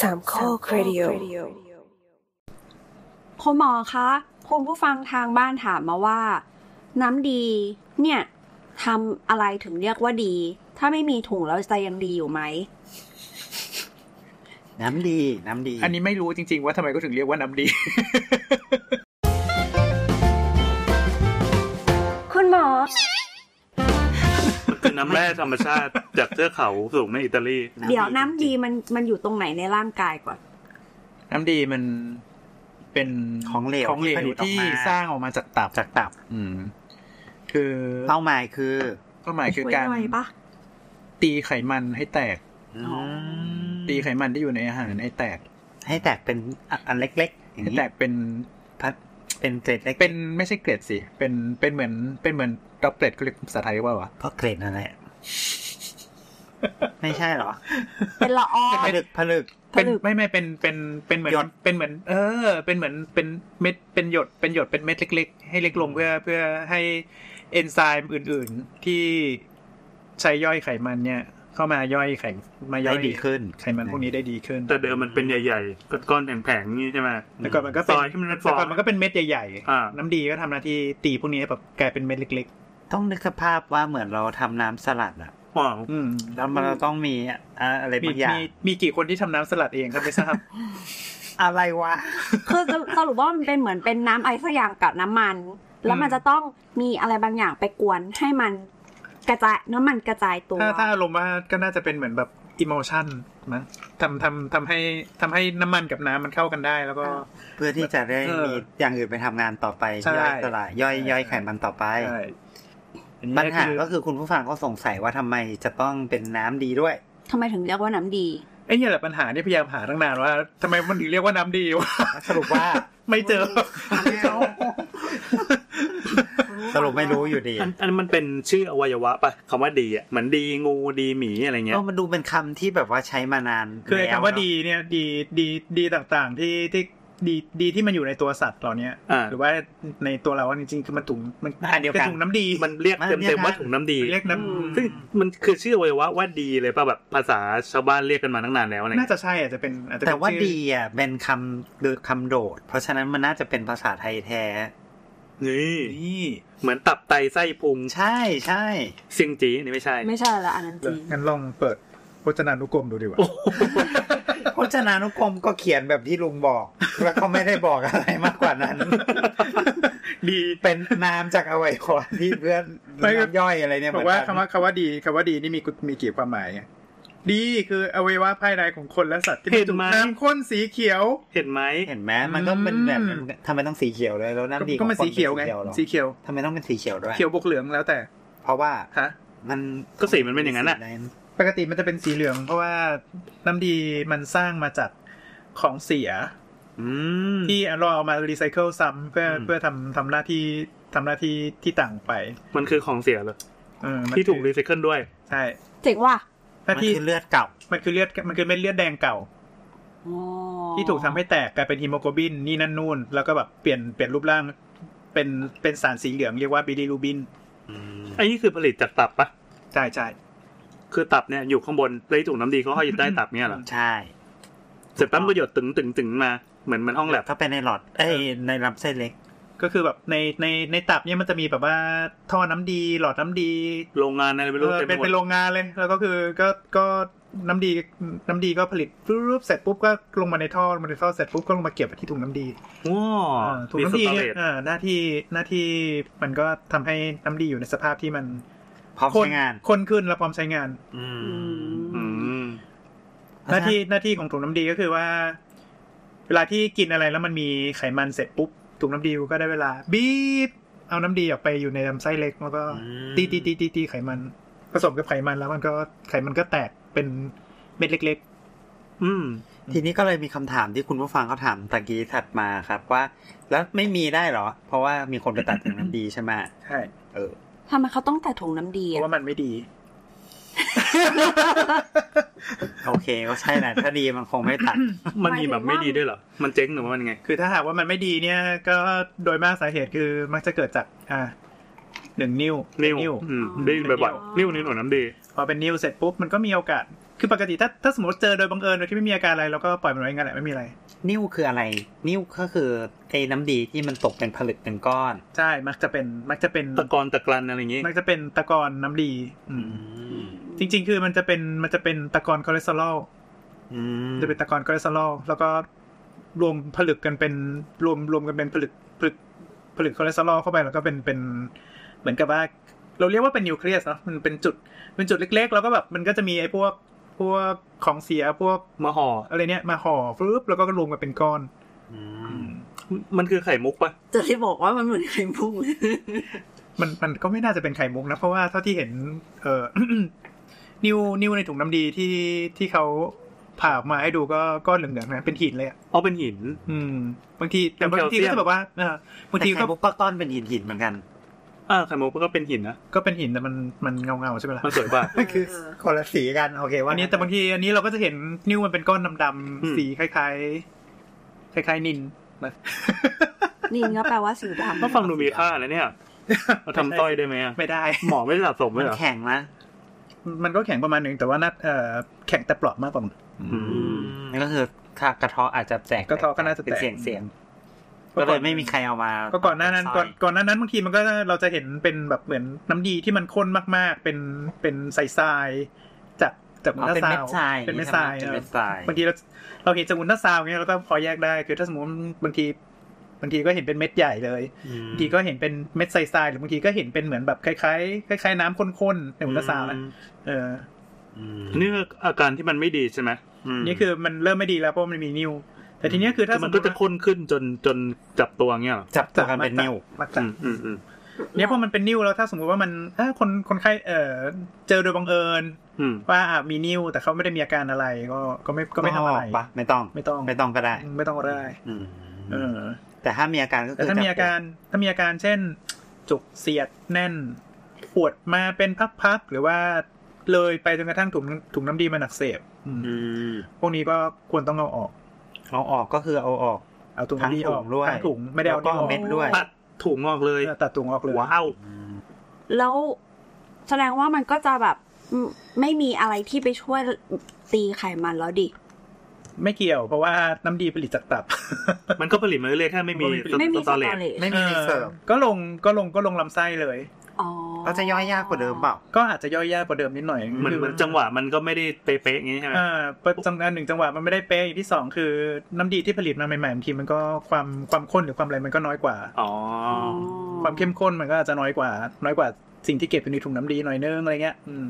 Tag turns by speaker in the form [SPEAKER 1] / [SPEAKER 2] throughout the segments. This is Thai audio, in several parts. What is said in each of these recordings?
[SPEAKER 1] สามข้อครดิโอ
[SPEAKER 2] คุณหมอคะคุณผู้ฟังทางบ้านถามมาว่า น้ำดี เนี่ยทำอะไรถึงเรียกว่าดี ถ้าไม่มีถุงแล้วจะยังดีอยู่ไหม
[SPEAKER 3] น้ำดี น้ำดี
[SPEAKER 4] อันนี้ไม่รู้จริง ๆ ว่าทำไมก็ถึงเรียกว่าน้ำดี
[SPEAKER 2] คุณหมอ
[SPEAKER 5] มันคือน้ำแร่ธรรมชาติ จากเทือกเขาสูงในอิตาลี
[SPEAKER 2] เดี๋ยวน้ำดีมันมันอยู่ตรงไหนในร่างกายก่อน
[SPEAKER 4] น้ำดีมันเป็น
[SPEAKER 3] ของเหลว
[SPEAKER 4] ของเหล
[SPEAKER 3] ที่ผ
[SPEAKER 4] ว
[SPEAKER 3] ลิตออกมา
[SPEAKER 4] ที่สร้างออกมาจากตับ
[SPEAKER 3] จากตับ
[SPEAKER 4] อืม คือ
[SPEAKER 3] เป้าหมายคือ
[SPEAKER 4] เป้าหมายคือการ
[SPEAKER 2] ไว้หน่อยปะ
[SPEAKER 4] ตีไขมันให้แตก
[SPEAKER 3] อ
[SPEAKER 2] อ
[SPEAKER 4] ตีไขมันที่อยู่ในอาหารให้แตก
[SPEAKER 3] ให้แตกเป็นอันเล็กๆ อย่าง
[SPEAKER 4] ให้
[SPEAKER 3] นี้
[SPEAKER 4] แตกเป็น
[SPEAKER 3] พัดเป็นเกรดเล็ก
[SPEAKER 4] เป็นไม่ใช่เกล็ดสิ เป็นเป็นเหมือนเป็นเหมือนดรอปเกล็ดเขาเรียกภาษาไทยว่าวะ
[SPEAKER 3] เพราะเกรดนั่นแห ละไม่ใช่เหรอ
[SPEAKER 2] เป็นละอ อง
[SPEAKER 3] ผลึกผลึก
[SPEAKER 4] เป็น
[SPEAKER 2] ผลึก
[SPEAKER 4] ไม่ไม่เป็นเป็นเป็นเหมือน
[SPEAKER 3] หยด
[SPEAKER 4] เป็นเหมือน เออ เป็นเหมือนเป็นเม็ดเป็นหยดเป็นหยดเป็นเม็ดเล็ก ๆ ให้เล็กลงเพื่อเพื่อให้เอนไซม์อื่น ๆ ที่ใช้ย่อยไขมันเนี่ย เข้ามาย่อยไขมาย่อ
[SPEAKER 3] ได้
[SPEAKER 4] ย
[SPEAKER 3] ดีขึ้น
[SPEAKER 4] ไขมันพวกนี้ได้ดีขึ้น
[SPEAKER 5] แต่เดิมมันเป็นใหญ่ๆก้อนๆแผงๆอย่างนี้ใช่ไหม
[SPEAKER 4] แต่ก่อนมันก็เป็
[SPEAKER 5] ซ
[SPEAKER 4] น
[SPEAKER 5] อยที่มันเป็นฟ
[SPEAKER 4] แต่
[SPEAKER 5] อ
[SPEAKER 4] ก่
[SPEAKER 5] ง
[SPEAKER 4] อนมันก็เป็นเม็ดใหญ่
[SPEAKER 5] อ่า
[SPEAKER 4] น้ำดีก็ทำหน้าที่ตีพวกนี้ให้แบบกลายเป็นเม็ดเล็ก
[SPEAKER 3] ต้องนึกสภาพว่าเหมือนเราทำน้ำสลัดอะ
[SPEAKER 5] ฟอง
[SPEAKER 4] ๆ อืม
[SPEAKER 3] แล้วมันเราต้องมีอะอะไร
[SPEAKER 4] มี
[SPEAKER 3] บางอย่าง
[SPEAKER 4] มีมีกี่คนที่ทำน้ำสลัดเองครับไม่ ทราบ
[SPEAKER 3] อะไรวะ
[SPEAKER 2] คือสรุปสรุปว่ามันเป็นเหมือนเป็นน้ำไอซ์สักอย่างกับน้ำมัน แล้วมันจะต้องมีอะไรบางอย่างไปกวนให้มันกระจายน้ำมันกระจายตัว
[SPEAKER 4] ถ้าถ้าอารมณ์ว่าก็น่าจะเป็นเหมือนแบบอิโมชันมั้งทำทำทำให้ทำให้น้ำมันกับน้ำมันเข้ากันได้แล้วก็
[SPEAKER 2] อ่า
[SPEAKER 3] เพื่อที่จะได้
[SPEAKER 4] เออ
[SPEAKER 3] มีอย่างอื่นไปทำงานต่อไป
[SPEAKER 4] ใช่
[SPEAKER 3] ย่อยสลายย่อย
[SPEAKER 4] ใช่
[SPEAKER 3] ย่อยไขมันต่อไป
[SPEAKER 4] ใช่อันนี้
[SPEAKER 3] ปัญหา
[SPEAKER 4] คือ
[SPEAKER 3] ก็คือคุณผู้ฟังก็สงสัยว่าทำไมจะต้องเป็นน้ำดีด้วย
[SPEAKER 2] ทำไมถึงเรียกว่าน้ำดี
[SPEAKER 4] ไอ้เนี่ยแหละปัญหานี่พยายามหาตั้งนานว่าทำไมมันถึงเรียกว่าน้ำดีวะ
[SPEAKER 3] สรุปว่า
[SPEAKER 4] ไม่เจอ
[SPEAKER 3] สรุปไม่รู้อยู่ดี
[SPEAKER 5] อันอันมันเป็นชื่ออวัยวะปะคำว่าดีอ่ะเหมือนดีงูดีหมีอะไรเงี้
[SPEAKER 3] ก็
[SPEAKER 5] ย
[SPEAKER 3] มันดูเป็นคำที่แบบว่าใช้มานาน
[SPEAKER 4] คือไอ้
[SPEAKER 3] แล้
[SPEAKER 4] คำว่าดีเนี่ยดีดีดีต่างๆ ที่ที่ดีดีที่มันอยู่ในตัวสัตว์เหล่าเนี้ย
[SPEAKER 5] อ่า
[SPEAKER 4] หรือว่าในตัวเราจริงๆคือมันถุงมัน
[SPEAKER 3] อันเดียว
[SPEAKER 4] เป็น
[SPEAKER 3] กัน
[SPEAKER 4] ถุงน้ำดี
[SPEAKER 5] มันเรียก
[SPEAKER 3] มันเรียก
[SPEAKER 5] เต็มๆว่า
[SPEAKER 3] นะ
[SPEAKER 5] ถุงน้ำดี
[SPEAKER 4] เรียกน้
[SPEAKER 2] อืม
[SPEAKER 5] ซึ่งมันคือชื่ออวัยวะว่าดีเลยป่ะแบบภาษาชาวบ้านเรียกกันมาตั้งนานแล้วอะไร
[SPEAKER 4] ำน่า
[SPEAKER 5] เงี้ย
[SPEAKER 4] จะใช่อาจจะเป็นอาจจะเป็
[SPEAKER 3] แต่
[SPEAKER 4] น
[SPEAKER 3] ว่า
[SPEAKER 4] ชื่อ
[SPEAKER 3] ดีอ่ะเป็นคำหรือคำโดด เพราะฉะนั้นมันน่าจะเป็นภาษาไทยแท้
[SPEAKER 5] นี่
[SPEAKER 4] นี่
[SPEAKER 5] เหมือนตับไตไส้พุง
[SPEAKER 3] ใช่ใช่
[SPEAKER 5] เซียงจีนี่ไม่ใช่
[SPEAKER 2] ไม่ใช่ละอันนั้นจริง
[SPEAKER 4] งั้นลองเปิดพจนานุกรมดูดีกว่า
[SPEAKER 3] พจนานุกรมก็เขียนแบบที่ลุงบอก แล้วก็ไม่ได้บอกอะไรมากกว่านั้น
[SPEAKER 4] ดี
[SPEAKER 3] เป็นนามจากอวัยวะที่เพื่อนน้ำย่อยอะไรเนี่ย
[SPEAKER 4] บอกว่า
[SPEAKER 3] เหมือนกัน
[SPEAKER 4] คำว่าคำว่าดีคำว่าดีนี่มีกุมีกี่ความหมายอะดีคืออวัยวะภายในของคนและสัตว์ที่
[SPEAKER 5] เห็น
[SPEAKER 4] ถูก
[SPEAKER 5] ไหม
[SPEAKER 4] น้ำข้นสีเขียว
[SPEAKER 5] เห็นไหม
[SPEAKER 3] เห็นไหมมันก็เป็นแบบนั้นทำไมต้องสีเขียวเลยแล้วน้ำดี
[SPEAKER 4] ก็
[SPEAKER 3] ขอ
[SPEAKER 4] มัน
[SPEAKER 3] ค
[SPEAKER 4] สีเขียวไง
[SPEAKER 3] ป็นหรอ
[SPEAKER 4] สีเขียว
[SPEAKER 3] ทำไมต้องเป็นสีเขียวด้วย
[SPEAKER 4] เขียวบวกเหลืองแล้วแต่
[SPEAKER 3] เพราะว่า
[SPEAKER 4] ฮะ
[SPEAKER 3] มัน
[SPEAKER 5] ก็สีมันเป็นอย่างนั้นอ่ะ
[SPEAKER 3] สี
[SPEAKER 4] ปกติมันจะเป็นสีเหลือง เพราะว่าน้ำดีมันสร้างมาจากของเสีย
[SPEAKER 3] อืม
[SPEAKER 4] ที่เราเอามารีไซเคิลซ้ำเพื่อ
[SPEAKER 3] อืม
[SPEAKER 4] เพื่อทำทำหน้าที่ทำหน้าที่ที่ต่างไป
[SPEAKER 5] มันคือของเสียเหรอ
[SPEAKER 4] เออมัน
[SPEAKER 5] ที่ถูก
[SPEAKER 4] คือ
[SPEAKER 5] รีไซเคิลด้วย
[SPEAKER 4] ใช่
[SPEAKER 2] เจ๋งว่ะ
[SPEAKER 4] ห
[SPEAKER 3] มัน
[SPEAKER 4] น้าที่
[SPEAKER 3] คือเลือดเก่า
[SPEAKER 4] มันคือเลือดมันคือเม็ดเลือดแดงเก่า
[SPEAKER 2] อ๋อ
[SPEAKER 4] ที่ถูกทำให้แตกกลายเป็นฮีโมโกลบินนี่นั่นนู่น แล้วก็แบบเปลี่ยนเปลี่ยนรูปร่าง เป็นเป็นสารสีเหลืองเรียกว่าบิลิรูบิน
[SPEAKER 5] ไอ้นี่คือผลิตจากตับปะ
[SPEAKER 4] ใช่ใช่
[SPEAKER 5] คือตับเนี่ยอยู่ข้างบนเลยถุงน้ำดีเขาห้อยอยู่ใต้ตับเนี่ยเหรอ
[SPEAKER 3] ใช่
[SPEAKER 5] เสร็จปั๊บมันก็หยดตึงตึงตึงมาเหมือนเหมันห้องแลบ
[SPEAKER 3] ถ้าเป็นในหลอด เอ้ยในลำไส้เล็ก
[SPEAKER 4] ก็คือแบบในในในตับเนี่ยมันจะมีแบบว่าท่อน้ำดี หลอดน้ำดี
[SPEAKER 5] โรงงานอะไรไม่รู้
[SPEAKER 4] เออ
[SPEAKER 5] เต็ม
[SPEAKER 4] เป็น
[SPEAKER 5] ไป
[SPEAKER 4] เป็น
[SPEAKER 5] หมด
[SPEAKER 4] โรงงานเลย แล้วก็คือก็ก็น้ำดีน้ำดีก็ผลิตปุ๊บเสร็จปุ๊บก็ลงมาในท่อลงมาในท่อเสร็จปุ๊บก็ลงมาเก็บไว้ที่ถุงน้ำดี
[SPEAKER 5] ว้า
[SPEAKER 4] าถุง
[SPEAKER 5] มีส
[SPEAKER 4] น้ำดี
[SPEAKER 5] ตอ
[SPEAKER 4] เนี่
[SPEAKER 5] เร
[SPEAKER 4] ย
[SPEAKER 5] จ
[SPEAKER 4] เออหน้าที่หน้าที่มันก็ทำให้น้ำดีอยู่ในสภาพที่มัน
[SPEAKER 3] พร้อม
[SPEAKER 4] ข้น
[SPEAKER 3] ใช้งาน
[SPEAKER 4] ข้นขึ้นและพร้อมใช้งาน
[SPEAKER 2] อื
[SPEAKER 5] อื
[SPEAKER 2] ม
[SPEAKER 5] ม
[SPEAKER 4] หน้าที่หน้าที่ของถุงน้ำดีก็คือว่า เวลาที่กินอะไรแล้วมันมีไขมันเสร็จปุ๊บถุงน้ำดีก็ได้เวลาบีบเอาน้ำดีออกไปอยู่ในลำไส้เล็กแล้วก็ตีตีตีตีตีไขมัน ผสมกับไขมันแล้วมันก็ไขมันก็แตกเป็นเม็ดเล็ก
[SPEAKER 5] อืม
[SPEAKER 3] ทีนี้ก็เลยมีคำถามที่คุณผู้ฟังเขาถามตะกี้ถัดมาครับว่า แล้วไม่มีได้เหรอ เพราะว่ามีคนไปตัดถึงน้ำดี ใช่ไหม
[SPEAKER 4] ๆ ใช่
[SPEAKER 3] เออ
[SPEAKER 2] ทำไมเขาต้องแต่ถุงน้ำดี
[SPEAKER 4] เพ
[SPEAKER 2] อะ
[SPEAKER 4] ราะว่ามันไม่ดี
[SPEAKER 3] โอเคก็ใช่แหละถ้าดีมันคงไม่ตัด
[SPEAKER 5] มันมีแบบไม่ดีด้วยเหรอ มันเจ๊งหรือว่ามันไง
[SPEAKER 4] คือถ้าหากว่ามันไม่ดีเนี่ยก็โดยมากสาเหตุคือมักจะเกิดจากอ่าหนึ่งนิ้ว
[SPEAKER 5] นิ่ว
[SPEAKER 4] นิ้ว
[SPEAKER 5] อืมได้ยินบ่อยๆนิ่วในหนวดน้ำดี
[SPEAKER 4] พอเป็นนิ้วเสร็จปุ๊บมันก็มีโอกาส คือปกติถ้าถ้าสมมติเจอโดยบังเอิญโดยที่ไม่มีอาการอะไรเราก็ปล่อยมันไว้งั้นแหละไม่มีอะไร
[SPEAKER 3] นิ่วคืออะไร นิ่วก็คือไอ้น้ำดีที่มันตกเป็นผลึกเป็นก้อน
[SPEAKER 4] ใช่มักจะเป็นมักจะเป็น
[SPEAKER 5] ตะกอนตะกรันอะไรอย่างงี้
[SPEAKER 4] มักจะเป็นตะกอนน้ำดี อืมจริง ๆ คือมันจะเป็นมันจะเป็นตะกอนคอเลสเตอรอล
[SPEAKER 3] อืม
[SPEAKER 4] จะเป็นตะกอนคอเลสเตอรอลแล้วก็รวมผลึกกันเป็นรวมรวมกันเป็นผลึกผลึกผลึกคอเลสเตอรอลเข้าไปแล้วก็เป็นเป็นเหมือนกับว่า เราเรียกว่าเป็นนิวเคลียสเนาะมันเป็นจุดเป็นจุดเล็ก ๆ แล้วก็แบบมันก็จะมีไอ้พวกพวกของเสียพวก
[SPEAKER 5] มาห่อ
[SPEAKER 4] อะไรเนี่ยมาห่อฟึบแล้วก็รวมกันเป็นก้อน
[SPEAKER 3] อื
[SPEAKER 4] อื
[SPEAKER 3] ม
[SPEAKER 4] ม
[SPEAKER 5] มันคือไข่มุกปะ
[SPEAKER 2] จะได้บอกว่ามันเหมือนไข่มุกเลย
[SPEAKER 4] มันมันก็ไม่น่าจะเป็นไข่มุกนะ เพราะว่าเท่าที่เห็น เอ่อ นิ้วนิ้วในถุงน้ำดีที่ที่เขาผ่าออกมาให้ดูก็ก้อนเหลืองๆนะเป็นหินเลยอ่ะ
[SPEAKER 5] เอาเป็นหิน
[SPEAKER 4] อืม บางทีแต่
[SPEAKER 5] เป็น
[SPEAKER 4] บางที
[SPEAKER 5] แคลเซี
[SPEAKER 4] ก็
[SPEAKER 5] ยม
[SPEAKER 4] จะแบบว่าเออบาง
[SPEAKER 3] แต่
[SPEAKER 4] ทีก็
[SPEAKER 3] ไข่มุกก็ต้อนเป็นหินหินๆเหมือนกัน
[SPEAKER 5] อ่าไข่มุกก็เป็นหินนะ
[SPEAKER 4] ก็เป็นหินแต่มันมันเงาเงาๆใช่ไหมล่ะ
[SPEAKER 5] มันสวยป่ะ
[SPEAKER 3] คือคนละสีกันโอเคว่า
[SPEAKER 4] อันนี้แต่บางทีอันนี้เราก็จะเห็นนิ้วมันเป็นก้อนดำ
[SPEAKER 5] อืม
[SPEAKER 4] ๆสีคล้ายๆคล้ายๆนินนะ
[SPEAKER 2] นี่ก็แปลว่าสีดำ
[SPEAKER 5] ก็ฟังดูมีค่านะเนี่ยเราทำต้อยได้ไหมอะ
[SPEAKER 4] ไม่ได้
[SPEAKER 5] หมอไม่ได้สะสม
[SPEAKER 3] มั
[SPEAKER 5] ไว้
[SPEAKER 3] น
[SPEAKER 5] เหรอ
[SPEAKER 3] แข็งนะ
[SPEAKER 4] มันก็แข็งประมาณหนึ่งแต่ว่าน่าเอ่อแข็งแต่เปลอมากกว่า
[SPEAKER 5] อืม
[SPEAKER 3] นั่นก็คือถ้ากระเทาะอาจจะแตก
[SPEAKER 4] กระเทาะก็น่าจะแตก
[SPEAKER 3] เป็นเสียงเสียงๆก็เลยไม่มีใครเอามา
[SPEAKER 4] ก็ก่อนหน้านั้นก่อนก่อนหน้านั้นบางทีมันก็เราจะเห็นเป็นแบบเหมือนน้ำดีที่มันข้นมากๆ เป็นเป็นใสทรายๆจากจากวุ้น
[SPEAKER 3] เอาเป็น
[SPEAKER 4] ทรา
[SPEAKER 3] เม็ดทราย
[SPEAKER 4] เป็นเม็ดทราย
[SPEAKER 3] เป็น
[SPEAKER 4] เอ
[SPEAKER 3] เม็
[SPEAKER 4] อ
[SPEAKER 3] ดทราย
[SPEAKER 4] บางทีเราเราเห็นจากวุ้นทรายเงี้ยเราก็พอแยกได้คือถ้าสมมติบางทีบางทีก็เห็นเป็นเม็ดใหญ่เลย
[SPEAKER 3] อืม
[SPEAKER 4] บางทีก็เห็นเป็นเม็ดใสๆหรือบางทีก็เห็นเป็นเหมือนแบบคล้ายๆคล้ายๆน้ำข้นๆในวุ้นทรายนะเออ
[SPEAKER 3] อืม
[SPEAKER 5] นี่คืออาการที่มันไม่ดีใช่ไหม
[SPEAKER 3] ม
[SPEAKER 4] นี่คือมันเริ่มไม่ดีแล้วเพราะมันมีนิ้ว แต่ทีเนี้ยคือถ้า
[SPEAKER 5] แต่
[SPEAKER 4] ส
[SPEAKER 5] มั
[SPEAKER 4] ม
[SPEAKER 5] น
[SPEAKER 4] ม
[SPEAKER 5] ก็
[SPEAKER 4] ติ
[SPEAKER 5] จะข้นขึ้นจนจนจับตัวเงี้ยเหรอ
[SPEAKER 3] จับตัวกันเป็นนิ้ว
[SPEAKER 4] มักจะ
[SPEAKER 5] อืมอืมอืม
[SPEAKER 4] เนี่ยพอมันเป็นนิ้วแล้วถ้าสมมุติว่ามันเอ้อคนคนไข้เอ่อเจอโดยบังเอิญ
[SPEAKER 5] อืม
[SPEAKER 4] ว่าอ่ะมีนิ้วแต่เขาไม่ได้มีอาการอะไรก็ก็ไม่ก็ไม่ทำอะไร
[SPEAKER 3] งกปะไม่ต้อง
[SPEAKER 4] ไม่ต้อง
[SPEAKER 3] ไม่ต้องก็ได้
[SPEAKER 4] ไม่ต้องก็ได้
[SPEAKER 3] อืม
[SPEAKER 4] เออ
[SPEAKER 3] แต่ถ้ามีอาการก็
[SPEAKER 4] แต่
[SPEAKER 3] คือ
[SPEAKER 4] ถ้ามีอาการถ้ามีอาการเช่น จุกเสียดแน่น ปวดมาเป็นพักๆหรือว่าเลยไปจนกระทั่งถุงถุงน้ำดีมันอักเสบอืม
[SPEAKER 3] อืม
[SPEAKER 4] พวกนี้ก็ควรต้องเอาออก
[SPEAKER 3] เอาออกก็คือเอาออก
[SPEAKER 4] เอาถุง
[SPEAKER 3] ทั้ง
[SPEAKER 4] น้ำดีอ
[SPEAKER 3] ถุ
[SPEAKER 4] อก
[SPEAKER 3] งด้วย
[SPEAKER 4] ทั้งถุงไม่ได้เอา
[SPEAKER 3] แล้วก็
[SPEAKER 4] นิ้วออก
[SPEAKER 3] เม็ดด้วย
[SPEAKER 5] ตัดถุงออกเลย
[SPEAKER 4] เออตัดถุงออกเลย
[SPEAKER 5] ว้าว
[SPEAKER 2] แล้วแสดงว่ามันก็จะแบบอืมไม่มีอะไรที่ไปช่วยตีไขมันแล้วดิ
[SPEAKER 4] ไม่เกี่ยวเพราะว่าน้ำดีผลิตจากตับ
[SPEAKER 5] มันก็ผลิตมาเรื่อยๆแค่ไม่มี
[SPEAKER 4] ไม่
[SPEAKER 2] ไม่
[SPEAKER 4] มี
[SPEAKER 2] มีส
[SPEAKER 5] ส
[SPEAKER 2] ต
[SPEAKER 5] ตอ
[SPEAKER 2] อ
[SPEAKER 5] เรจ
[SPEAKER 2] เลจ
[SPEAKER 3] ไม่มีรีเสิร์ฟ
[SPEAKER 4] ก็ลงก็ลงก็ลงลำไส้เลย
[SPEAKER 2] อ๋อ
[SPEAKER 3] ก็จะย่อยยากกว่าเดิมเปล่า
[SPEAKER 4] ก็อาจจะย่อยยากกว่าเดิมนิดหน่อย
[SPEAKER 5] เหมือน
[SPEAKER 4] คือ
[SPEAKER 5] เหมือนจังหวะมันก็ไม่ได้เป๊ะๆอย่างนี้ใช่ไหม
[SPEAKER 4] อ่าประจำการหนึ่งจังหวะมันไม่ได้เป๊ะอย่างที่สองคือน้ำดีที่ผลิตมาใหม่ๆบางทีมันก็ความความข้นหรือความอะไรมันก็น้อยกว่า
[SPEAKER 5] อ๋อ
[SPEAKER 2] อ๋อ
[SPEAKER 4] ความเข้มข้นมันก็อาจจะน้อยกว่า น้อยกว่าสิ่งที่เก็บอยู่ในถุงน้ำดีหน่อยนึงอะไรเงี้ยอืม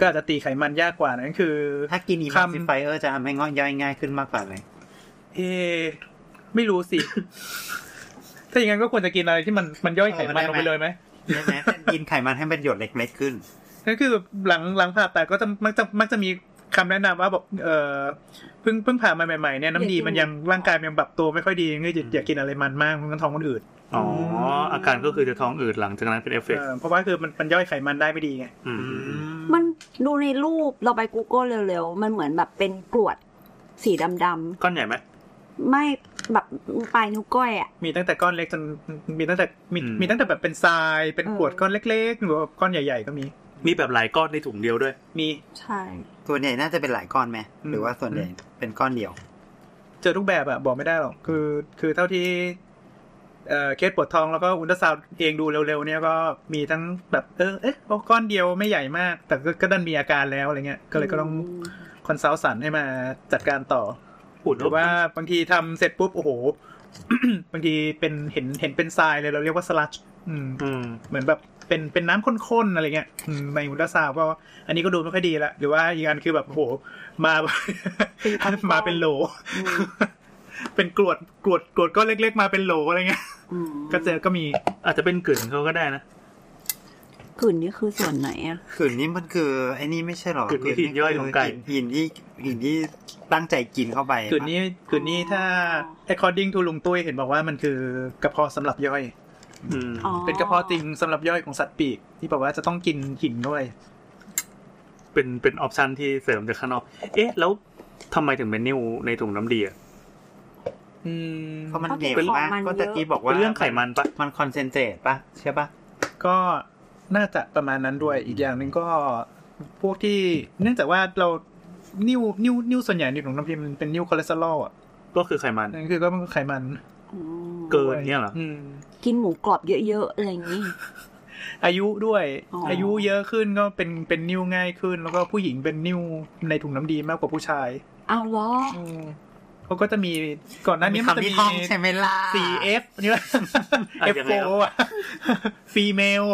[SPEAKER 4] ก็อาจจะตีไขมันยากกว่านั่นคือ
[SPEAKER 3] ถ้ากินอี
[SPEAKER 4] คำ
[SPEAKER 3] มัซิไฟเออร์จะทำให้ง่อยย่อยง่ายขึ้นมากกว่าไหม
[SPEAKER 4] เอไม่รู้ สิ ถ้าอย่างนั้นก็ควรจะกินอะไรที่มันมันย่อยไขมันลงไปเลยไหม
[SPEAKER 3] ใช่ไหมกินไขมันให้เป็นหยดเล็กๆขึ้น
[SPEAKER 4] นั่นคือหลังหลังผ่าตัดก็จะมักจะมักจะมีคำแนะนำว่าบอกเออเพิ่งเพิ่งผ่ามาใหม่ๆเนี่ยน้ำดีมันยังร่างกายมันยังปรับตัวไม่ค่อยดีงั้นอย่าอย่ากินอะไรมันมากมันก็ท้องคนอืด
[SPEAKER 5] อ๋ออาการก็คือจะท้องอืดหลังจากนั้นเป็นเอฟเฟก
[SPEAKER 4] เออเพราะว่าคือมันมันย่อยไขมันได้ไม่ดีไง
[SPEAKER 2] มันดูในรูปเราไป Google เร็วๆ มันเหมือนแบบเป็นกรวดสีดำ
[SPEAKER 5] ก้อนใหญ่ไหม
[SPEAKER 2] ๆ ไม่แบบปลายนิ้วก้อยอ่ะ
[SPEAKER 4] มีตั้งแต่ก้อนเล็กจนมีตั้งแต่มี
[SPEAKER 5] อืม
[SPEAKER 4] มีตั้งแต่แบบเป็นทรายเป็น
[SPEAKER 2] เออ
[SPEAKER 4] ขวดก้อนเล็กๆ หรือว่าก้อนใหญ่ ๆ ก็มี
[SPEAKER 5] มีแบบหลายก้อนในถุงเดียวด้วย
[SPEAKER 4] มี
[SPEAKER 2] ใช่
[SPEAKER 3] ส่วนใหญ่น่าจะเป็นหลายก้อนไหม
[SPEAKER 4] อืม
[SPEAKER 3] หรือว่าส่วนใหญ่เป็นก้อนเดียว
[SPEAKER 4] เจอทุกแบบอะบอกไม่ได้หรอกคือ คือเท่าที่เอ่อเคสปวดท้องแล้วก็อุลตราซาวด์เองดูเร็วๆเนี่ยก็มีทั้งแบบเออเอ๊ะก้อนเดียวไม่ใหญ่มาก แต่ก็ก็ดันมีอาการแล้วอะไรเงี้ยก็เลยก็ต้อง
[SPEAKER 2] ม
[SPEAKER 4] คอนซัลท์สันให้มาจัดการต่อ
[SPEAKER 5] อุ่น
[SPEAKER 4] หรือว่าบางทีทำเสร็จปุ๊บโอ้โห บางทีเป็นเห็นเห็นเป็นทรายเลยเราเรียกว่าสลัชอืม
[SPEAKER 5] อืม
[SPEAKER 4] เหมือนแบบเป็นเป็นน้ำข้นๆอะไรเงี้ยอืมในอุลตราซาวด์ก็อันนี้ก็ดูไม่ค่อยดีละหรือว่าอีกอันคือแบบโอ้โหมาแบบ มาเป็นโหล
[SPEAKER 2] อืม
[SPEAKER 4] เป็นกรวดกรวดกรวดก้อนเล็ก ๆ มาเป็นโหลอะไรเงี้ย
[SPEAKER 2] อืม
[SPEAKER 4] ก็เจอก็มี
[SPEAKER 5] อาจจะเป็นกลิ่นเขาก็ได้นะ
[SPEAKER 2] กลืนนี่คือส่วนไหนอ่ะ
[SPEAKER 3] ขืนนี้มันคือไอ้นี่ไม่ใช่หรอ
[SPEAKER 5] ขืนคือหินย่อยของไก่
[SPEAKER 3] หินที่หินที่ตั้งใจกินเข้าไป
[SPEAKER 4] คืนนี้คืนนี้ถ้า according to ลุงตุ้ยเห็นบอกว่ามันคือกระเพาะสำหรับย่อย
[SPEAKER 5] อืม
[SPEAKER 2] อ๋อ
[SPEAKER 4] เป็นกระเพาะจริงสำหรับย่อยของสัตว์ปีกที่บอกว่าจะต้องกินหินด้วย
[SPEAKER 5] เป็นเป็นออปชันที่เสริมจากข้างนอก เอ๊ะ แล้วทำไมถึงเป็นนิ้วในถุงน้ำดีอ่ะ
[SPEAKER 4] อืม
[SPEAKER 3] เพราะมันเหลว
[SPEAKER 2] เพราะ
[SPEAKER 3] มาก
[SPEAKER 2] ของมัน
[SPEAKER 3] ก็ตะกี้
[SPEAKER 2] เยอะ
[SPEAKER 3] บอกว่า
[SPEAKER 5] เป็นเรื่องไขมันปะ
[SPEAKER 3] มันคอนเซนเทรตปะใช่ปะ
[SPEAKER 4] ก็น่าจะประมาณนั้นด้วยอีกอย่างหนึ่งก็พวกที่เนื่องจากว่าเรา นิ่วนิ่วนิ่วส่วนใหญ่ในถุงน้ำดีมันเป็นนิ่วคอเลสเตอรอลอ่ะ
[SPEAKER 5] ก็คือไขมัน
[SPEAKER 4] นั่นคือก็มันก็ไขมัน
[SPEAKER 2] อืม
[SPEAKER 5] เกินเนี่ยเหรอ
[SPEAKER 4] อืม
[SPEAKER 2] กินหมูกรอบเยอะๆอะไรอย่างนี้
[SPEAKER 4] อายุด้วย
[SPEAKER 2] อ๋ออ
[SPEAKER 4] อายุเยอะขึ้นก็เป็นเป็นนิ้วง่ายขึ้น แล้วก็ผู้หญิงเป็นนิ้วในถุงน้ำดีมากกว่าผู้ชาย
[SPEAKER 2] เอาเหรอ
[SPEAKER 4] อืมเขาก็จะมีก่อนหน้านี้
[SPEAKER 3] มี
[SPEAKER 4] มันจะ
[SPEAKER 3] คำที่
[SPEAKER 4] มี
[SPEAKER 3] ท่องใช่ไหมล่ะ
[SPEAKER 4] CF นี่แหละ
[SPEAKER 5] อ่ะ
[SPEAKER 4] F
[SPEAKER 5] ยังไง
[SPEAKER 4] 4อ่ะ female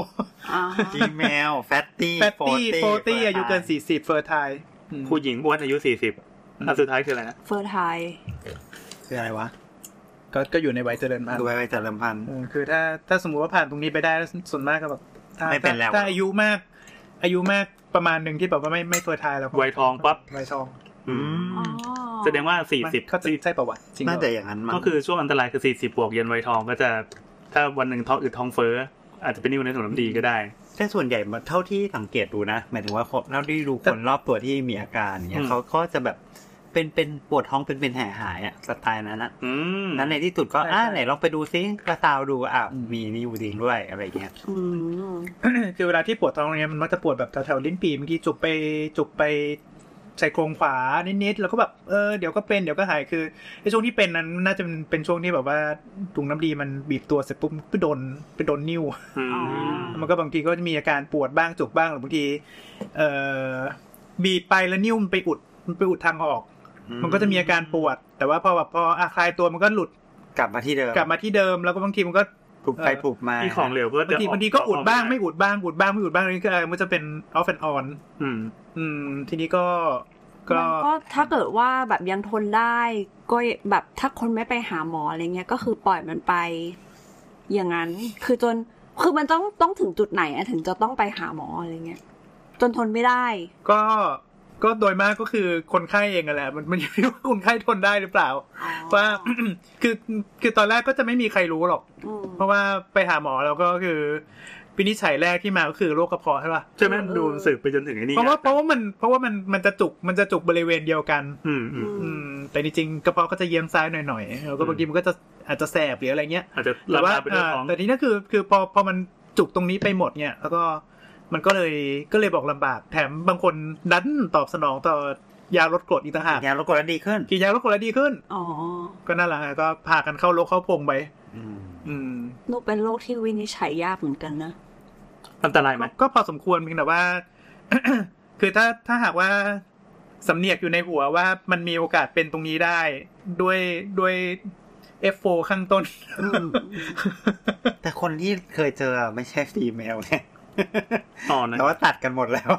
[SPEAKER 2] อ่า
[SPEAKER 3] จีเมลแฟตตี้
[SPEAKER 4] fatty forty อายุเกินสี่สิบ fertile อืม
[SPEAKER 5] ผู้หญิงอ้วนอายุสี่สิบอันสุดท้ายคืออะไรนะ
[SPEAKER 2] เฟอร์ไทย
[SPEAKER 3] คืออะไรวะ
[SPEAKER 4] ก็ก็อยู่ในวัยเจริญมาก
[SPEAKER 3] ดูไว้ไปเจริญพันธุ์
[SPEAKER 4] คือถ้าถ้าสมมุติว่าผ่านตรงนี้ไปได้ส่วนมากก็แบบถ้า
[SPEAKER 3] ไม่เป็นแล้ว
[SPEAKER 4] ถ้าอายุมาก อายุมากประมาณหนึ่งที่แบบว่าไม่ไม่ fertile แล้วก็
[SPEAKER 5] วัยทองปั๊บ
[SPEAKER 4] วัยทอง
[SPEAKER 5] อืม
[SPEAKER 2] อ๋อ
[SPEAKER 5] แสดงว่าสี่สิบ
[SPEAKER 4] เขาจะใช่ประวัติจริงเหร
[SPEAKER 3] น่า
[SPEAKER 4] อ
[SPEAKER 3] จะอย่างนั้นมั้ง
[SPEAKER 5] ก็คือช่วงอันตรายคือ 40 บวกเย็นไวยทองก็จะ ถ้าวันหนึ่งท้องอืดท้องเฟ้อ อาจจะเป็นนิ่วในถุงน้ำดีก็ได้
[SPEAKER 3] แต่ส่วนใหญ่มันเท่าที่สังเกตดูนะ หมายถึงว่าคนเท่าที่ดูคนรอบตัวที่มีอาการเนี่ย
[SPEAKER 5] อืม
[SPEAKER 3] เขาก็จะแบบเป็นเป็นปวดท้องเป็นเป็นหายหายๆอะสไตล์นั้นอะ
[SPEAKER 5] อืม
[SPEAKER 3] นั้นในที่สุดก็
[SPEAKER 4] ใช่
[SPEAKER 3] อ่า
[SPEAKER 4] ใช่
[SPEAKER 3] ไหนลองไปดูซิกระตาวดูอ่ะ
[SPEAKER 4] อืม
[SPEAKER 3] มีนี่อยู่จริงด้วยอะไรอย่างเงี้ย
[SPEAKER 2] อืม
[SPEAKER 4] คือเวลาที่ปวดท้องอย่างเงี้ยมันมักจะปวดแบบแถวๆลิ้นปี่บางทีจุกไปจุกไปชายโครงขวานิดๆแล้วก็แบบเออเดี๋ยวก็เป็นเดี๋ยวก็หายคือไอ้ช่วงที่เป็นนั้นน่าจะเป็นเป็นช่วงที่แบบว่าถุงน้ำดีมันบีบตัวเสร็จปุ๊บไปโดนไปโดนนิ้ว
[SPEAKER 5] อืม
[SPEAKER 4] มันก็บางทีก็จะมีอาการปวดบ้างจุกบ้างหรือบางทีเออบีบไปแล้วนิ้วมันไปอุดมันไปอุดทางออก มันก็จะมีอาการปวด แต่ว่าพอแบบพออะคลายตัวมันก็หลุด
[SPEAKER 3] กลับมาที่เดิม
[SPEAKER 4] กลับมาที่เดิมแล้วก็บางทีมันก็
[SPEAKER 3] ถูกไปถูกมา
[SPEAKER 5] ที่ของเหลวก็
[SPEAKER 4] บางทีบางทีก็อุดบ้างไม่อุดบ้างอุดบ้างไม่อุดบ้างนี่คืออะไรมันจะเป็น off and on
[SPEAKER 5] อืม
[SPEAKER 4] อืม ทีนี้ก็
[SPEAKER 2] มั
[SPEAKER 4] ก็
[SPEAKER 2] นก็ถ้าเกิดว่าแบบยังทนได้ก็แบบถ้าคนไม่ไปหาหมออะไรเงี้ยก็คือปล่อยมันไป อย่างนั้น คือจนคือมันต้องต้องถึงจุดไหนอะถึงจะต้องไปหาหมออะไรเงี้ยจนทนไม่ได้
[SPEAKER 4] ก็ก็โดยมากก็คือคนไข้เองนั่นแหละ มันมัน อยู่ที่ว่าคนไข้ทนได้หรือเปล่า ว่า คือคือตอนแรกก็จะไม่มีใครรู้หรอก
[SPEAKER 2] อืม
[SPEAKER 4] เพราะว่าไปหาหมอแล้วก็คือวินิจฉัยแรกที่มาก็คือโรคกระเพาะใช่ป่ะ
[SPEAKER 5] ใช่ไหม
[SPEAKER 2] เออ
[SPEAKER 5] ดูสืบไปจนถึงไอ้นี่
[SPEAKER 4] เพราะว่าเพราะว่ามันเพราะว่ามันมันจะจุกมันจะจุกบริเวณเดียวกัน
[SPEAKER 5] อืมอืม
[SPEAKER 4] อืม แต่จริงๆกระเพาะก็จะเยียงซ้ายหน่อยๆแล้วก็บางทีมันก็จะอาจจะแสบหรืออะไรเงี้ย
[SPEAKER 5] อาจจะ
[SPEAKER 4] แต่
[SPEAKER 5] ลา
[SPEAKER 4] ว่า
[SPEAKER 5] ลาไปด้วย
[SPEAKER 4] อ่า
[SPEAKER 5] ท้อง
[SPEAKER 4] แต่ทีนี้คือคือพอพอมันจุกตรงนี้ไปหมดเนี่ยแล้วก็มันก็เลยก็เลยบอกลำบาก แถมบางคนดันตอบสนองต่อยาลดกรดอีกต่างหาก
[SPEAKER 3] ยาลดกรดแล้วดีขึ้น
[SPEAKER 4] กินยาลดกรดแล้วดีขึ้น
[SPEAKER 2] อ๋อ
[SPEAKER 4] ก็น่ารักก็พากันเข้าโรคเข้าพงไปอืม
[SPEAKER 2] หนูเป็นโรคที่วินิจฉัยยากเหมือนกันนะ
[SPEAKER 5] อันตรายไหม
[SPEAKER 4] ก็ก็พอสมควรเพียงแต่ว่า คือถ้าถ้าหากว่าสำเนียกอยู่ในหัวว่ามันมีโอกาสเป็นตรงนี้ได้ ด้วยด้วย F4 ข้างต้น
[SPEAKER 2] อืม
[SPEAKER 3] แต่คนที่เคยเจอไม่ใช่ฟีเมลไง
[SPEAKER 5] อ๋อนะ
[SPEAKER 3] แต่ว่าตัดกันหมดแล้ว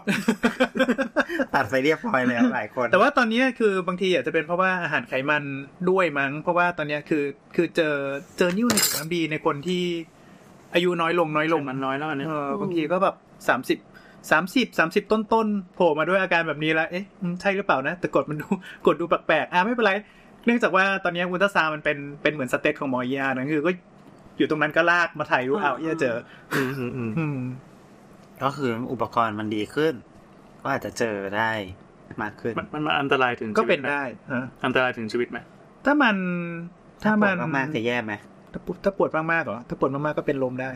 [SPEAKER 3] ตัดไปเรียบร้อยแล้วหลายคน
[SPEAKER 4] แต่ว่าตอนเนี้ยคือบางทีอาจจะเป็นเพราะว่าอาหารไขมันด้วยมั้ง เพราะว่าตอนเนี้ยคือคือเจอเจอนิ้วในถุงน้ำดีในคนที่อายุน้อยลงน้อยล
[SPEAKER 5] ล
[SPEAKER 4] ง
[SPEAKER 5] งมันน้อยแล้วอันเนี้ย
[SPEAKER 4] เออบางทีก็แบบสามสิบสามสิบสามสิบต้นต้นๆโผล่มาด้วยอาการแบบนี้แล้วเอ๊ะอืมใช่หรือเปล่านะ แต่กดมันดู กดดูแปลกๆอ่ะไม่เป็นไร เนื่องจากว่าตอนเนี้ยอุลตราซาวน์มันเป็นเป็นเหมือนสเต็กของหมอยานะคือก็อยู่ตรงนั้นก็ลากมาถ่ายรูปเอาเหี้ยเจอ
[SPEAKER 5] อืมอืมอืม
[SPEAKER 4] อืม
[SPEAKER 3] ก็คืออุปกรณ์มันดีขึ้น ก็อาจจะเจอได้มากขึ้น
[SPEAKER 5] มันมันมาอันตรายถึง
[SPEAKER 4] ก็
[SPEAKER 5] ชีวิต
[SPEAKER 4] เป็น
[SPEAKER 5] ไหม
[SPEAKER 4] ได้ฮะ
[SPEAKER 5] อันตรายถึงชีวิตไหม
[SPEAKER 4] ถ้ามันถ้า
[SPEAKER 3] ถ้ามั
[SPEAKER 4] มัน น
[SPEAKER 3] มากๆจะแย่ไหม
[SPEAKER 4] ถ้าปวดถ้าปวดมากๆเหรอ ถ้าปวดมากๆก็เป็นลมได้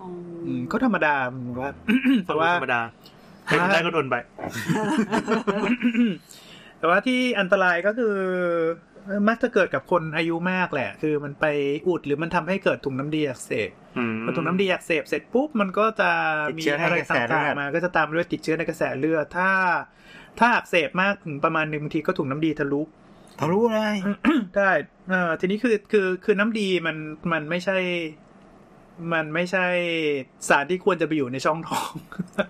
[SPEAKER 2] อ๋อ
[SPEAKER 4] อืมก็ธรรมดาผมว่า แต่ว่า
[SPEAKER 5] ธรรมดาใครเป็นได้ก็โดนไป
[SPEAKER 4] แต่ว่าที่อันตรายก็คือเอ่อมักจะเกิดกับคนอายุมากแหละ คือมันไปอุดหรือมันทำให้เกิดถุงน้ำดีอักเสบ
[SPEAKER 5] อืม
[SPEAKER 4] พอถุงน้ำดีอักเสบเสร็จปุ๊บมันก็จะมีอะไรต่างๆมา ก็จะตามด้วยติดเชื้อในกระแสเลือด ถ้า ถ้าอักเสบมากถึงประมาณหนึ่งบางทีก็ถุงน้ำดีทะลุ
[SPEAKER 3] ทะลุเลย
[SPEAKER 4] ได้เออทีนี้คือคือคือน้ำดีมันมันไม่ใช่ มันไม่ใช่สารที่ควรจะไปอยู่ในช่องท้อง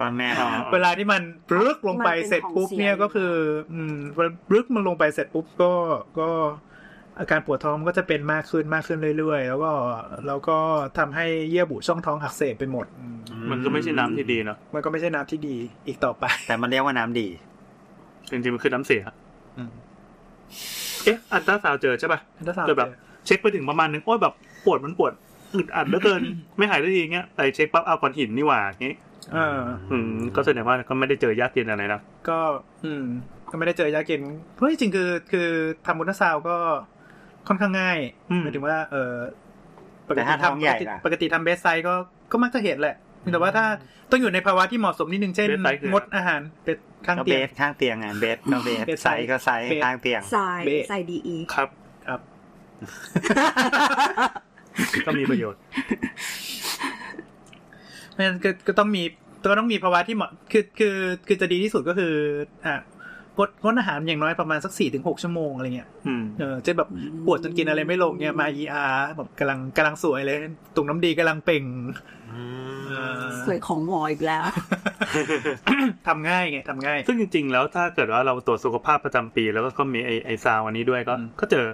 [SPEAKER 3] ตอนแม่
[SPEAKER 5] อ๋อ
[SPEAKER 4] เวลาที่มันปลึกลงไปเสร็จปุ๊บเนี่ยก็คือ อืมปลึกมันลงไปเสร็จปุ๊บก็ก็อาการปวดท้องมันก็จะเป็นมากขึ้นมากขึ้นเรื่อยๆ แล้วก็แล้วก็ทำให้เยื่อบุช่องท้องหักเสบไปหมดอืม
[SPEAKER 5] มันก็ไม่ใช่น้ำที่ดีเนาะ
[SPEAKER 4] มันก็ไม่ใช่น้ำที่ดีอีกต่อไป
[SPEAKER 3] แต่มันเรียกว่าน้ำดี
[SPEAKER 5] จริงๆมันคือน้ำเสีย
[SPEAKER 4] อืม
[SPEAKER 5] เอ๊ะอันตราซาวด์เจอใช่ป่ะ
[SPEAKER 4] อันตราซาว
[SPEAKER 5] เกิดแบบ
[SPEAKER 4] ด์
[SPEAKER 5] เช็คไปถึงประมาณนึงโอ้ยแบบปวดมันปวดอึดอัดเหลือเกิน ไม่หายได้ทีเงี้ยไปเช็คปั๊บเอาก้อนหินนี่หว่าอย่างงี้
[SPEAKER 4] เออ
[SPEAKER 5] อืมก็แสดงว่าก็ไม่ได้เจอยากเย็นอะไรนะ
[SPEAKER 4] ก็อืม ก็ไม่ได้เจอยาเกินเพราะจริงๆคือ คือทำอุลตราซาวด์ก็ค่อนข้างง่าย
[SPEAKER 5] อืม
[SPEAKER 4] หมายถึงว่า เออปก
[SPEAKER 3] แต่
[SPEAKER 4] ติ
[SPEAKER 3] ถ้าท้อง
[SPEAKER 4] ทำ
[SPEAKER 3] ใหญ่
[SPEAKER 4] ปกติ
[SPEAKER 3] ล่ะ
[SPEAKER 4] ปกติทำเบสไซด์ก็ก็มักจะเห็นแหละ แต่ว่าถ้าต้องอยู่ในภาวะที่เหมาะสมนิดนึงเช่น
[SPEAKER 5] Bed size คือ
[SPEAKER 4] งดอาหารเป็ดข้าง
[SPEAKER 3] ก็เบ
[SPEAKER 4] เตียง
[SPEAKER 3] สข้างเตียงไงเบสก็เบส
[SPEAKER 4] เบส
[SPEAKER 3] ไซส์ก็ไซส์
[SPEAKER 4] เบส
[SPEAKER 3] ข้างเตียง
[SPEAKER 2] ทราย
[SPEAKER 4] เบะ
[SPEAKER 2] ทรายดีอี
[SPEAKER 5] ครับ
[SPEAKER 4] ครับ
[SPEAKER 5] ก็มีประโยชน์
[SPEAKER 4] เพราะฉะนั้นก็ก็ต้องมีก็ต้องมีภาวะที่เหมาะคือคือคือจะดีที่สุดก็คืออ่ะงดงดอาหารอย่างน้อยประมาณสักสี่ถึงหกชั่วโมงอะไรเงี้ย
[SPEAKER 5] อืม
[SPEAKER 4] เออเจะแบบปวดจนกินอะไรไม่ลงเนี่ยมา ER แบบกำลังกำลังสวยเลยตุ่มน้ำดีกำลังเป่งเออ
[SPEAKER 2] สวยของหมออีกแล้ว
[SPEAKER 4] ทำง่ายไงทำง่าย
[SPEAKER 5] ซึ่งจริง ๆ แล้วถ้าเกิดว่าเราตรวจสุขภาพประจำปี แล้วก็ก็มีไอไอซาวอันนี้ด้วยก็
[SPEAKER 4] อืม
[SPEAKER 5] ก็เจอ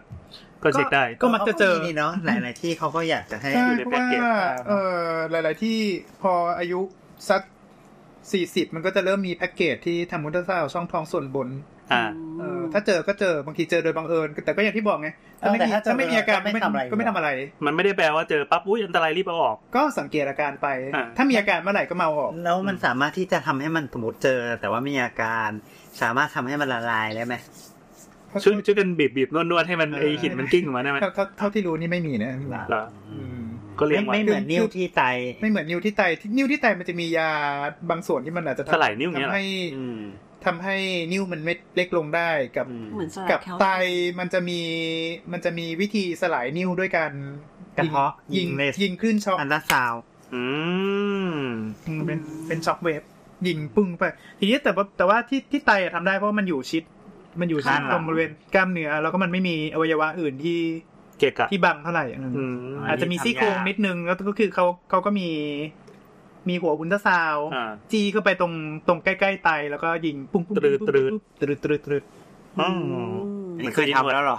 [SPEAKER 5] ก็เช็คได้
[SPEAKER 4] ก็มักจะเจอ
[SPEAKER 3] นี่เนาะหลาย ๆ ที่เขาก็อยากจะให้
[SPEAKER 4] ใช่
[SPEAKER 5] อยู่ใน
[SPEAKER 4] เพราะ
[SPEAKER 5] แพ็ก
[SPEAKER 4] ว่า
[SPEAKER 5] เกจ
[SPEAKER 4] เออหลาย ๆ ที่พออายุสักสี่สิบมันก็จะเริ่มมีแพ็กเกจที่ทำมุนเตอร์ซาวด์ช่องท้องส่วนบน
[SPEAKER 5] อ่า
[SPEAKER 4] เออถ้าเจอก็เจอบางทีเจอโดยบังเอิญแต่ก็อย่างที่บอกไงถ้าไม่มี
[SPEAKER 3] แต่ถ้าเจอ
[SPEAKER 4] ถ้าไม่มีอาการ
[SPEAKER 3] ก็ไม่ทำอะไร
[SPEAKER 4] ก็ไม่ทำอะไร
[SPEAKER 5] มันไม่ได้แปลว่าเจอปั๊บอุ้ยอันตรายรีบเอาออก
[SPEAKER 4] ก็สังเกตอาการไป
[SPEAKER 5] อ่ะ
[SPEAKER 4] ถ้ามีอาการเมื่อไหร่ก็เมาออก
[SPEAKER 3] แล้วมันสามารถที่จะทำให้มันสมมติเจอ แต่ว่ามีอาการ สามารถทำให้มันละลายได้ไหม
[SPEAKER 5] ช่วยช่วยกันบีบบีบนวดนวดให้มัน
[SPEAKER 4] เออ
[SPEAKER 5] ไอหินมันกิ้งออกมาได้ไหม
[SPEAKER 4] เท่าเท่าเท่าที่รู้นี่ไม่มีนะ
[SPEAKER 5] เหรอ
[SPEAKER 4] อืม
[SPEAKER 5] ก็เลี้ยง
[SPEAKER 3] ไม่
[SPEAKER 5] ไว้
[SPEAKER 3] ไม่เหมือนนิ้วที่ไต
[SPEAKER 4] ไม่เหมือนนิ้วที่ไตที่นิ้วที่ไตมันจะมียาบางส่วนที่มันอาจจะทำ
[SPEAKER 5] สลายนิ้วอย่างเงี้ย
[SPEAKER 4] ทำ
[SPEAKER 5] เหรอ
[SPEAKER 4] ให้
[SPEAKER 3] อืม
[SPEAKER 4] ทำให้นิ้วมันเม็ดเล็กลงได้กับ
[SPEAKER 3] อืม
[SPEAKER 2] เหมือนสลั
[SPEAKER 4] กับ
[SPEAKER 2] ดเขา
[SPEAKER 4] ไตมันจะมีมันจะมีวิธีสลายนิ้วด้วยการ
[SPEAKER 3] กระเทาะ
[SPEAKER 4] ยิ
[SPEAKER 3] ยิง
[SPEAKER 4] ง
[SPEAKER 3] เลส
[SPEAKER 4] ยิงขึ้นช็อค
[SPEAKER 3] อันละซาวด์
[SPEAKER 5] อืม
[SPEAKER 4] เป็นเป็นช็อคเวฟยิงปึ้งไป ทีนี้แต่ว่าแต่ว่าที่ที่ไตอะทำได้เพราะว่ามันอยู่ชิด มันอยู่ชิด
[SPEAKER 5] ข้างหลัง
[SPEAKER 4] ตรงบริเวณกล้ามเนื้อแล้วก็มันไม่มีอวัยวะอื่นที่
[SPEAKER 5] เกะกะ
[SPEAKER 4] ที่บังเท่าไหร่อืม
[SPEAKER 5] อืม
[SPEAKER 4] อาจจะมีซี่โครงนิดนึงแล้วก็คือเขาเขาก็มีมีหัวอุลตราซาวด์
[SPEAKER 5] อ่า
[SPEAKER 4] จี้เข้าไปตรงตรงใกล้ๆไตแล้วก็ยิงปุ้งปุ้ง
[SPEAKER 5] ตรึดตรึด
[SPEAKER 4] ตรึดตรึดตรึด
[SPEAKER 5] อ๋อ
[SPEAKER 3] อัน
[SPEAKER 5] มั
[SPEAKER 3] นี่
[SPEAKER 5] น
[SPEAKER 3] เค
[SPEAKER 5] เค
[SPEAKER 3] ย
[SPEAKER 5] ย
[SPEAKER 3] ทำแล้วเหรอ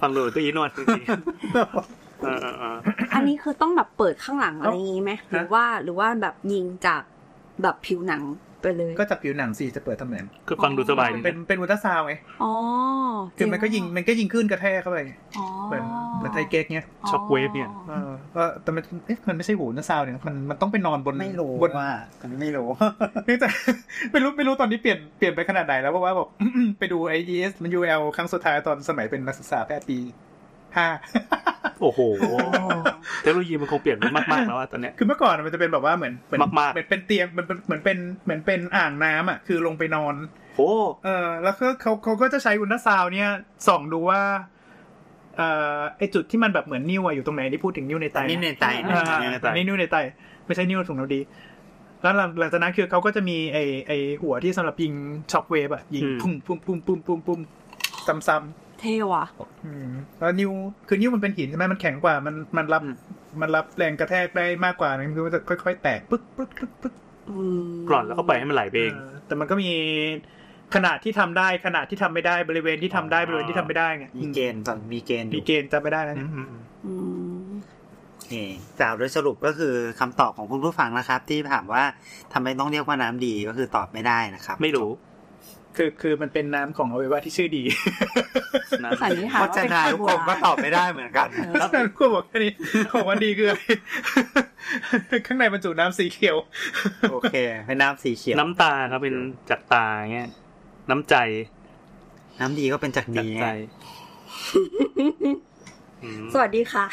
[SPEAKER 5] ฟังดูก็ยีนวดจริงๆเออเออเออ
[SPEAKER 2] อันนี้คือต้องแบบเปิดข้างหลังอะไรอย่างงี้ไหมหรือว่าหรือว่าแบบยิงจากแบบผิวหนังไปเลย
[SPEAKER 4] ก็จับผิวหนังสิจะเปิดทำไม
[SPEAKER 5] ก็ฟังดูสบายดี
[SPEAKER 4] เป็น
[SPEAKER 5] นะ
[SPEAKER 4] เป็นอุลตราซาวด์ไง
[SPEAKER 2] อ๋อ
[SPEAKER 4] คือมันก็ยิงมันก็ยิงขึ้นกระแทกเข้าไป
[SPEAKER 2] อ๋อ
[SPEAKER 4] เหมือนเหมือนไทเก๊กเนี้ย
[SPEAKER 5] ช็อคเวฟเนี่ย
[SPEAKER 4] เออก็แต่มันเอ๊ะมันไม่ใช่หูนะซาวเนี่ยมันมันต้องไปนอนบน
[SPEAKER 3] ไม่รู้
[SPEAKER 4] บน
[SPEAKER 3] ว่ามันไม่รู้
[SPEAKER 4] เนื่องจาก ไม่รู้ไม่รู้ตอนนี้เปลี่ยนเปลี่ยนไปขนาดไหนแล้วเพราะว่าบอก ไปดูไอเอสมันยูเอลครั้งสุดท้ายตอนสมัยเป็นนักศึกษาแพทย์ปีห้า
[SPEAKER 5] โอ้โห เทคโนโลยีมันคงเปลี่ยนไปมากๆแล้วอะตอนเนี้ย
[SPEAKER 4] คือเมื่อก่อนมันจะเป็นแบบว่าเหมือนเหมือน
[SPEAKER 5] มากๆ
[SPEAKER 4] เหมือนเป็นเตียงเหมือนเป็นเหมือนเป็นเหมือนเป็นอ่างน้ำอ่ะคือลงไปนอน
[SPEAKER 5] โอ้
[SPEAKER 4] เออแล้วก็เขาเขาก็จะใช้อุลตราซาวน์เนี่ยส่องดูว่าเอ่อไอจุดที่มันแบบเหมือนนิ้วอะอยู่ตรงไหนที่พูดถึงนิ้วในไตะ
[SPEAKER 3] นี่ในไตนะ
[SPEAKER 4] อ่า
[SPEAKER 3] นี่ในไต
[SPEAKER 4] อันนี้นิ้วในไตไม่ใช่นิ้วถุงน้ำดี แล้วหลังหลังจากนั้นคือเขาก็จะมีไอไอหัวที่สำหรับยิงช็อคเวฟอะยิงพุ่มพุ่มพุ่มพุ่มพุ่มพุ่มซ้ำ
[SPEAKER 2] เท่ว่ะ
[SPEAKER 4] ๆอืมแล้วนิ้วคือนิ้วมันเป็นหินใช่ไหมมันแข็งกว่ามันมันรับมันรับแรงกระแทกได้มากกว่ามันก็จะค่อยๆ แตกปึ๊กปึ๊กปึ๊กปึ๊ก
[SPEAKER 2] อืม
[SPEAKER 5] กร่อนแล้วก็ปล่อยให้มันไหลไปเอง
[SPEAKER 4] เออแต่มันก็มีขนาดที่ทำได้ขนาดที่ทำไม่ได้บริเวณที่ทำได้บริเวณที่ทำไม่ได้ไง
[SPEAKER 3] มีเกณฑ์ตอนมีเกณฑ์อ
[SPEAKER 4] มี
[SPEAKER 3] ยู่
[SPEAKER 4] เกณฑ์จำไม่ได้นะ
[SPEAKER 5] อืม
[SPEAKER 2] อืม
[SPEAKER 3] โอเคกล่าวโดยสรุปก็คือคำตอบของคุณผู้ฟังนะครับ ที่ถามว่าทำไมต้องเรียกว่าน้ำดีก็คือตอบไม่ได้นะครับ
[SPEAKER 5] ไม่รู้
[SPEAKER 4] คือคือมันเป็นน้ำของอวัยวะที่ชื่อดี
[SPEAKER 5] นะ
[SPEAKER 2] สันนิษฐาน
[SPEAKER 3] เพราะ
[SPEAKER 2] ว่า
[SPEAKER 3] จะ
[SPEAKER 2] เป็น
[SPEAKER 3] นาย
[SPEAKER 2] ไข้
[SPEAKER 3] ทุก
[SPEAKER 2] บั
[SPEAKER 3] คว นก็ตอบไม่ได้เหมือนกัน
[SPEAKER 2] เออ
[SPEAKER 4] แล้วก็บอกแค่นี้ของวันดีคืออะไร ข้างในบรรจุน้ำสีเขียว
[SPEAKER 3] โอเคเป็นน้ำสีเขียว
[SPEAKER 5] น้ำตาครับเป็นจากตาเงี้ย น้ำใจ
[SPEAKER 3] น้ำดีก็เป็นจาก
[SPEAKER 5] จาก
[SPEAKER 3] ดี
[SPEAKER 5] ใจ
[SPEAKER 3] ไง
[SPEAKER 5] อืม
[SPEAKER 2] สวัสดีค่ะ